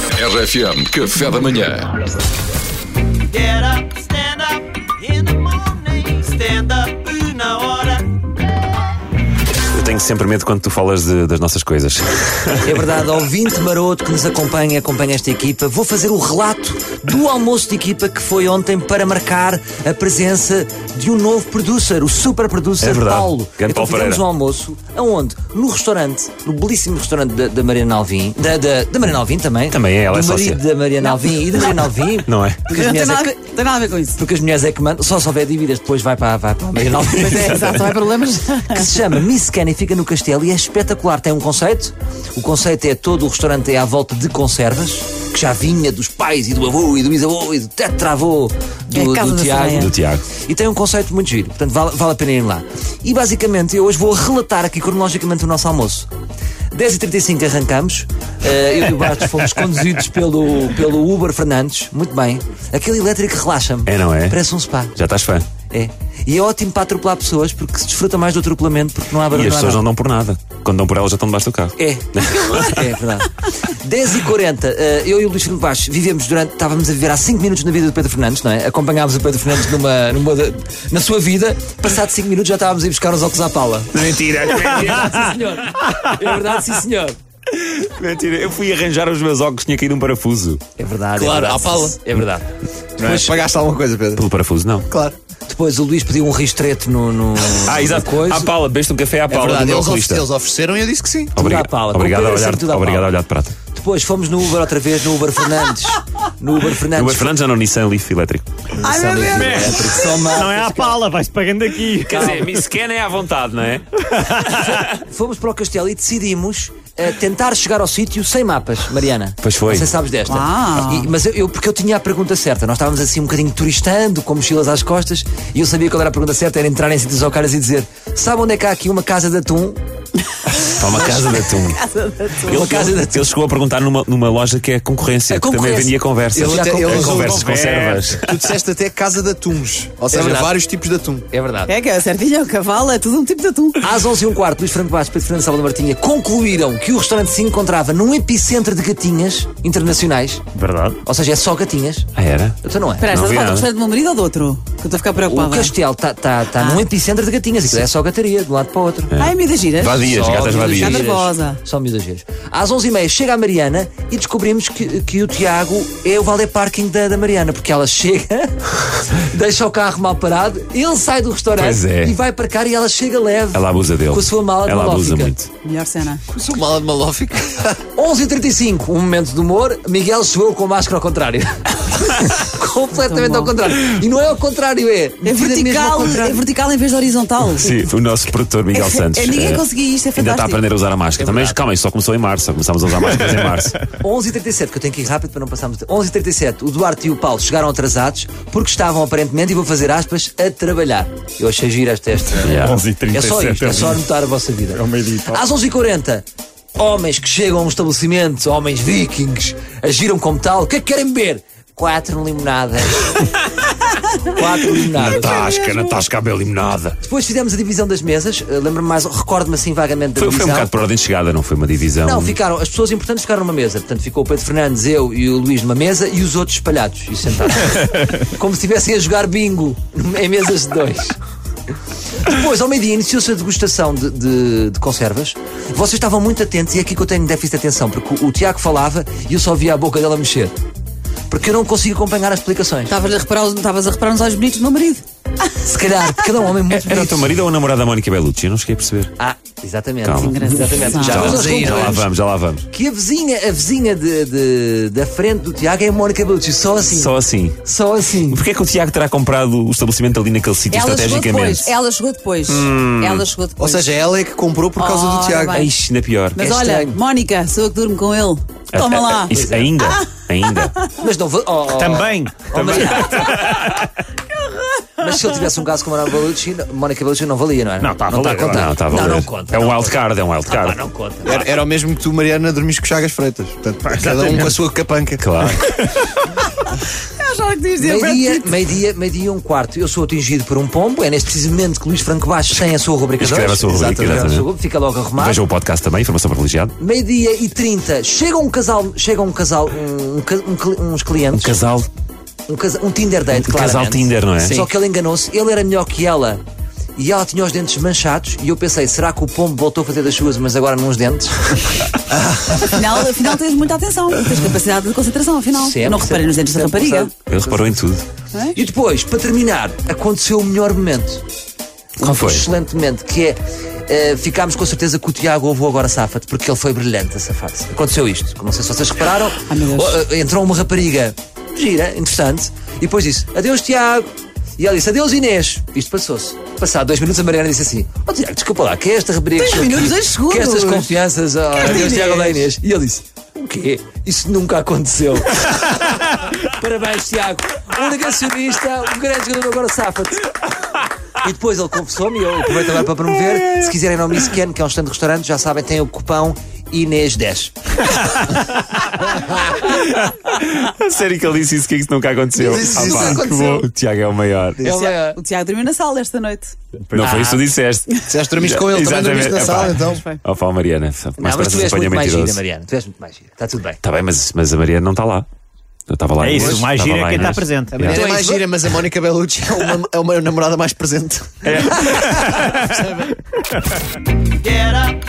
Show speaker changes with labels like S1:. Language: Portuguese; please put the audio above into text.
S1: RFM, café da manhã.
S2: Get up, stand up in the morning. Stand up na hora.
S3: Eu tenho sempre medo quando tu falas de- das nossas coisas.
S4: É verdade, ouvinte maroto que nos acompanha, e acompanha esta equipa, vou fazer o relato do almoço de equipa que foi ontem para marcar a presença de um novo producer, o super producer
S3: É verdade.
S4: Paulo.
S3: Grande
S4: então
S3: Paulo Pereira.
S4: fizemos um almoço, aonde? No restaurante, no belíssimo restaurante da, da Mariana Alvim, da, da, da Mariana Alvim também.
S3: Também é, ela é
S4: do marido
S3: sócia.
S4: da Mariana Alvim e da Mariana Alvim.
S3: Não é?
S4: Porque as
S5: Não
S4: mulheres
S5: tem
S4: é
S5: nada, a
S4: que-
S5: ver- tem nada a ver com isso.
S4: porque as mulheres é que mandam, só se houver dívidas, depois vai para, vai para a Mariana Alvim.
S5: Pois é, exato, não há problemas.
S4: que se chama Miss Kenny, fica no castelo e é espetacular. Tem um conceito. O conceito é todo o restaurante é à volta de conservas, que já vinha dos pais e do avô e do bisavô e do tetravô
S5: É
S4: do,
S5: a casa
S4: do
S5: da
S4: Tiago.
S5: Soraya.
S3: Do Tiago.
S4: E tem um conceito muito giro, portanto vale, vale a pena ir lá. E basicamente eu hoje vou relatar aqui cronologicamente o nosso almoço. 10h35 arrancamos, eh, eu e o Bastos fomos conduzidos pelo, pelo Uber Fernandes, muito bem. Aquele elétrico relaxa-me.
S3: É, não é?
S4: Parece um spa.
S3: Já estás fã.
S4: É. E é ótimo para atropelar pessoas porque se desfruta mais do atropelamento porque não há
S3: E
S4: barulho.
S3: as
S4: não há
S3: pessoas
S4: nada.
S3: não dão por nada. Quando dão por elas já estão debaixo do carro.
S4: É. é verdade. 10h40, eh, eu e o Luís Filipe Baixo vivemos durante. Estávamos a viver há 5 minutos na vida do Pedro Fernandes, não é? Acompanhámos o Pedro Fernandes numa, numa da- na sua vida. Passado 5 minutos já estávamos a ir buscar os óculos à É pala. Mentira. É verdade, sim, senhor.
S3: Mentira, eu fui arranjar os meus óculos, tinha caído um parafuso.
S4: É verdade.
S6: Claro,
S4: é verdade.
S6: à pala.
S4: É verdade. Depois,
S6: Pagaste alguma coisa, Pedro?
S3: Pelo parafuso, não.
S6: Claro.
S4: depois o Luís pediu um ristreto no. no
S3: Ah, exato.
S4: na Coisa. É
S3: À pala, beste um café à pala do
S6: Verdade,
S3: meu
S6: eles,
S3: oculista.
S6: ofe- eles ofereceram e eu disse que sim.
S4: Tudo à
S3: Obriga-
S4: pala.
S3: Obrigado
S4: Compreendo
S3: a
S4: sempre
S3: olhar,
S4: tudo à
S3: obrigado
S4: pala.
S3: a olhar de prata.
S4: Depois fomos no Uber outra vez, no Uber Fernandes. No Uber Fernandes. É,
S3: Uber Fernandes já no Nissan Leaf um elétrico.
S5: Ai meu Deus!
S4: Não é
S3: pala, vais pagando aqui. Quer dizer, Miss Ken é à vontade, não é?
S4: Fomos para o castelo e decidimos eh, tentar chegar ao sítio sem mapas, Mariana.
S3: Pois foi.
S4: Não sei se sabes desta.
S5: Uau.
S4: E- mas eu, eu- porque eu tinha a pergunta certa. Nós estávamos assim um bocadinho turistando, com mochilas às costas, e eu sabia qual era a pergunta certa, era entrar em sítios ao caras e dizer: sabe onde é que há aqui uma casa de atum?
S3: Para uma casa de atum.
S4: Uma casa de atum.
S3: Ele chegou a perguntar numa, numa loja que é concorrência,
S4: É
S3: que também
S4: concorrência.
S3: vendia conversas.
S4: Ele até-
S3: É
S4: ele usou
S3: conversas,
S6: conversas. É
S3: conservas.
S6: Tu disseste até casa de atuns. Ou seja,
S4: verdade.
S6: vários tipos de atum.
S4: É verdade.
S5: É que a certinha, o cavalo, é tudo um tipo de atum.
S4: Às 11 h quarto, Luís Franco Bastos, Pedro Fernando Salva Martinha concluíram que o restaurante se encontrava num epicentro de gatinhas internacionais,
S3: Verdade.
S4: ou seja, é só gatinhas.
S3: Ah, era?
S4: Então não é?
S5: Espera, estás a
S3: vi
S5: falar do
S3: nada.
S5: restaurante do meu marido ou do outro? Que eu estou a ficar
S4: O
S5: preocupada.
S4: castelo está tá, tá
S5: Ah.
S4: num epicentro de gatinhas, aquilo é só gataria, de um lado para o outro.
S5: Ai, me é das giras.
S3: Vadias,
S4: Só
S3: É. gatas
S4: miúdas
S3: vadias.
S5: Está
S4: giras.
S5: nervosa.
S4: Só miúdas giras. Às 11h30 chega a Mariana e descobrimos que, que o Tiago é o valet parking da, da Mariana, porque ela chega, deixa o carro mal parado, ele sai do
S3: Pois
S4: restaurante
S3: é.
S4: e vai parcar e ela chega leve.
S3: Ela abusa dele.
S4: Com a sua mala de
S3: Ela abusa
S4: malófica.
S3: muito.
S5: Melhor cena.
S6: Sou mala de malófico.
S4: 11h35, um momento de humor, Miguel chegou com a máscara ao contrário. Completamente
S5: Tão
S4: ao
S5: bom.
S4: contrário. E não é ao contrário, é.
S5: É
S4: mesmo ao
S5: vertical, é
S4: contrário.
S5: vertical em vez de horizontal.
S3: Sim, o nosso produtor Miguel
S5: É-
S3: Santos.
S5: é, ninguém
S3: eh,
S5: conseguia
S3: Ainda está
S5: isto, é
S3: a
S5: fantástico. É
S3: aprender a usar a máscara. Também, calma, isso só começou em março. Só começámos a usar máscaras em março.
S4: 11h37, que eu tenho que ir rápido para não passarmos. 11h37, o Duarte e o Paulo chegaram atrasados porque estavam aparentemente, e vou fazer aspas, a trabalhar. Eu achei giro esta esta.
S3: Yeah.
S4: É só isto, é só anotar a vossa vida. Às 11h40, homens que chegam a um estabelecimento, homens vikings, agiram como tal, o que é que querem beber? Quatro limonadas. Quatro limonadas.
S3: Tasca, na tasca a bela limonada.
S4: Depois fizemos a divisão das mesas, eh, lembro-me mais, recordo-me assim vagamente da
S3: Foi, foi um
S4: divisão.
S3: bocado por ordem de chegada, não foi uma divisão.
S4: Não, ficaram, as pessoas importantes ficaram numa mesa. Portanto, ficou o Pedro Fernandes, eu e o Luís numa mesa e os outros espalhados e sentados. Como se estivessem a jogar bingo em mesas de dois. Depois, ao meio-dia, iniciou-se a degustação de, de- de conservas. Vocês estavam muito atentos e é aqui que eu tenho déficit de atenção, porque o, o Tiago falava e eu só via a boca dela mexer. Porque eu não consigo acompanhar as explicações.
S5: Estavas a reparar, os- estavas a reparar nos olhos bonitos do meu marido.
S4: Se calhar, cada um homem muito
S3: Era o
S5: É
S4: bonito.
S3: teu marido ou a namorada da Mónica Bellucci? Eu não cheguei a perceber.
S4: Ah, exatamente.
S3: Calma.
S4: Exatamente.
S5: Já
S4: Depois
S6: vamos
S4: nós
S6: aí,
S3: Já lá
S4: concluímos.
S3: vamos, já lá vamos.
S4: que a vizinha, a vizinha de, de- da frente do Tiago é a Mónica Bellucci, só assim. Só,
S3: Só assim.
S4: assim.
S3: Porquê é que o Tiago terá comprado o estabelecimento ali naquele sítio
S5: Ela chegou
S3: estrategicamente?
S5: depois. Ela chegou depois. Ela chegou depois.
S6: Ou seja, ela é que comprou por causa do
S5: Ora
S6: Tiago.
S5: bem.
S6: Ai,
S3: Ixi, ainda pior.
S5: Mas
S4: É
S5: olha,
S4: estranho.
S5: Mónica, sou eu que durmo com ele.
S4: é-
S3: Ah,
S5: Toma
S3: ah,
S5: lá.
S3: isso, ainda, ainda. Ah,
S4: Mas não. vou- Oh, oh,
S3: Também.
S4: oh, mas- Mas se eu tivesse um caso com a Mónica Bellucci, não- Mónica Bellucci não valia, não é? não está a contar.
S3: Não, está a valer.
S4: Não, não conta.
S3: É um
S4: não
S3: wild card, é um wild card.
S4: conta, Não conta.
S6: Era, era o mesmo que tu, Mariana, dormiste com Chagas Freitas. Portanto, cada um com a sua capanca.
S3: Claro.
S5: achava que tu ias dizer Brad
S4: Meio-dia,
S5: Pitt.
S4: meio-dia, meio-dia e um quarto. Eu sou atingido por um pombo. É neste preciso momento que Luís Franco Bastos tem a sua rubrica dois.
S3: Escreve a sua rubrica,
S4: Escreve a sua
S3: exatamente.
S4: rubrica, Fica logo arrumado.
S3: Vejam o podcast também, informação privilegiada.
S4: Meio-dia e trinta. Chega um casal, chega um casal, um, um ca- um cli- uns clientes.
S3: Um casal,
S4: Um, casa- um Tinder date,
S3: um
S4: claramente.
S3: casal Tinder, não é?
S4: Só que ele enganou-se, ele era melhor que ela. E ela tinha os dentes manchados e eu pensei, será que o pombo voltou a fazer das suas, mas agora nos dentes?
S5: Afinal, afinal tens muita atenção. Tens capacidade de concentração, afinal.
S4: Sempre,
S5: não reparei nos dentes da
S4: sempre,
S5: rapariga. é?
S4: sempre.
S3: Ele reparou em tudo.
S4: E depois, para terminar, aconteceu o melhor momento.
S3: Qual foi?
S4: Excelentemente, que é. eh, ficámos com certeza que o Tiago ouviu agora safa-te, porque ele foi brilhante a safar-se. Aconteceu isto, como não sei se vocês repararam.
S5: Ai, meu Deus.
S4: Oh, eh, entrou uma rapariga gira, interessante, e depois disse: Adeus, Tiago. E ela disse: Adeus, Inês. Isto passou-se. Passado dois minutos, a Mariana disse assim: Ó Tiago, desculpa lá, que é esta rapariga.
S5: Dois
S4: que-
S5: minutos, dois
S4: Que estas
S5: segundos.
S4: confianças. Oh, adeus,
S5: Inês.
S4: Tiago, da Inês. E ele disse: O quê? Isso nunca aconteceu. Parabéns, Tiago. Um negacionista, um grande jogador agora safa-te. E depois ele confessou-me, e eu aproveito agora para promover. Se quiserem nome Scan, que é um stand de restaurante, já sabem, tem o cupão Inês10.
S3: A sério que ele disse isso, que é que isso nunca aconteceu? Ah,
S6: Ele disse isso,
S3: pá,
S6: nunca
S3: que
S6: aconteceu.
S3: bom. O Tiago é o maior. Ah.
S4: É o maior.
S5: O Tiago dormiu na sala esta noite.
S3: Não foi isso que tu disseste.
S6: Disseste dormiste com ele, também dormiste na sala, então.
S3: Ó, pá, Mariana, sabe, mais
S4: Não, mas
S3: pressa
S4: tu
S3: se
S4: és
S3: apanha
S4: muito mais gira,
S3: mentiroso.
S4: Mariana. Tu és muito mais gira. Está tudo bem.
S3: Está Tá bem, mas, mas a Mariana não está lá. Eu estava lá.
S1: É
S3: em
S1: isso,
S3: Lourdes,
S1: o mais
S3: estava
S1: giro é
S3: lá
S1: quem
S3: em
S1: está
S3: Lourdes.
S1: presente.
S6: A Mariana é
S4: Então,
S6: mais gira, mas a Mónica Bellucci é uma, é uma namorada mais presente.
S2: Get up,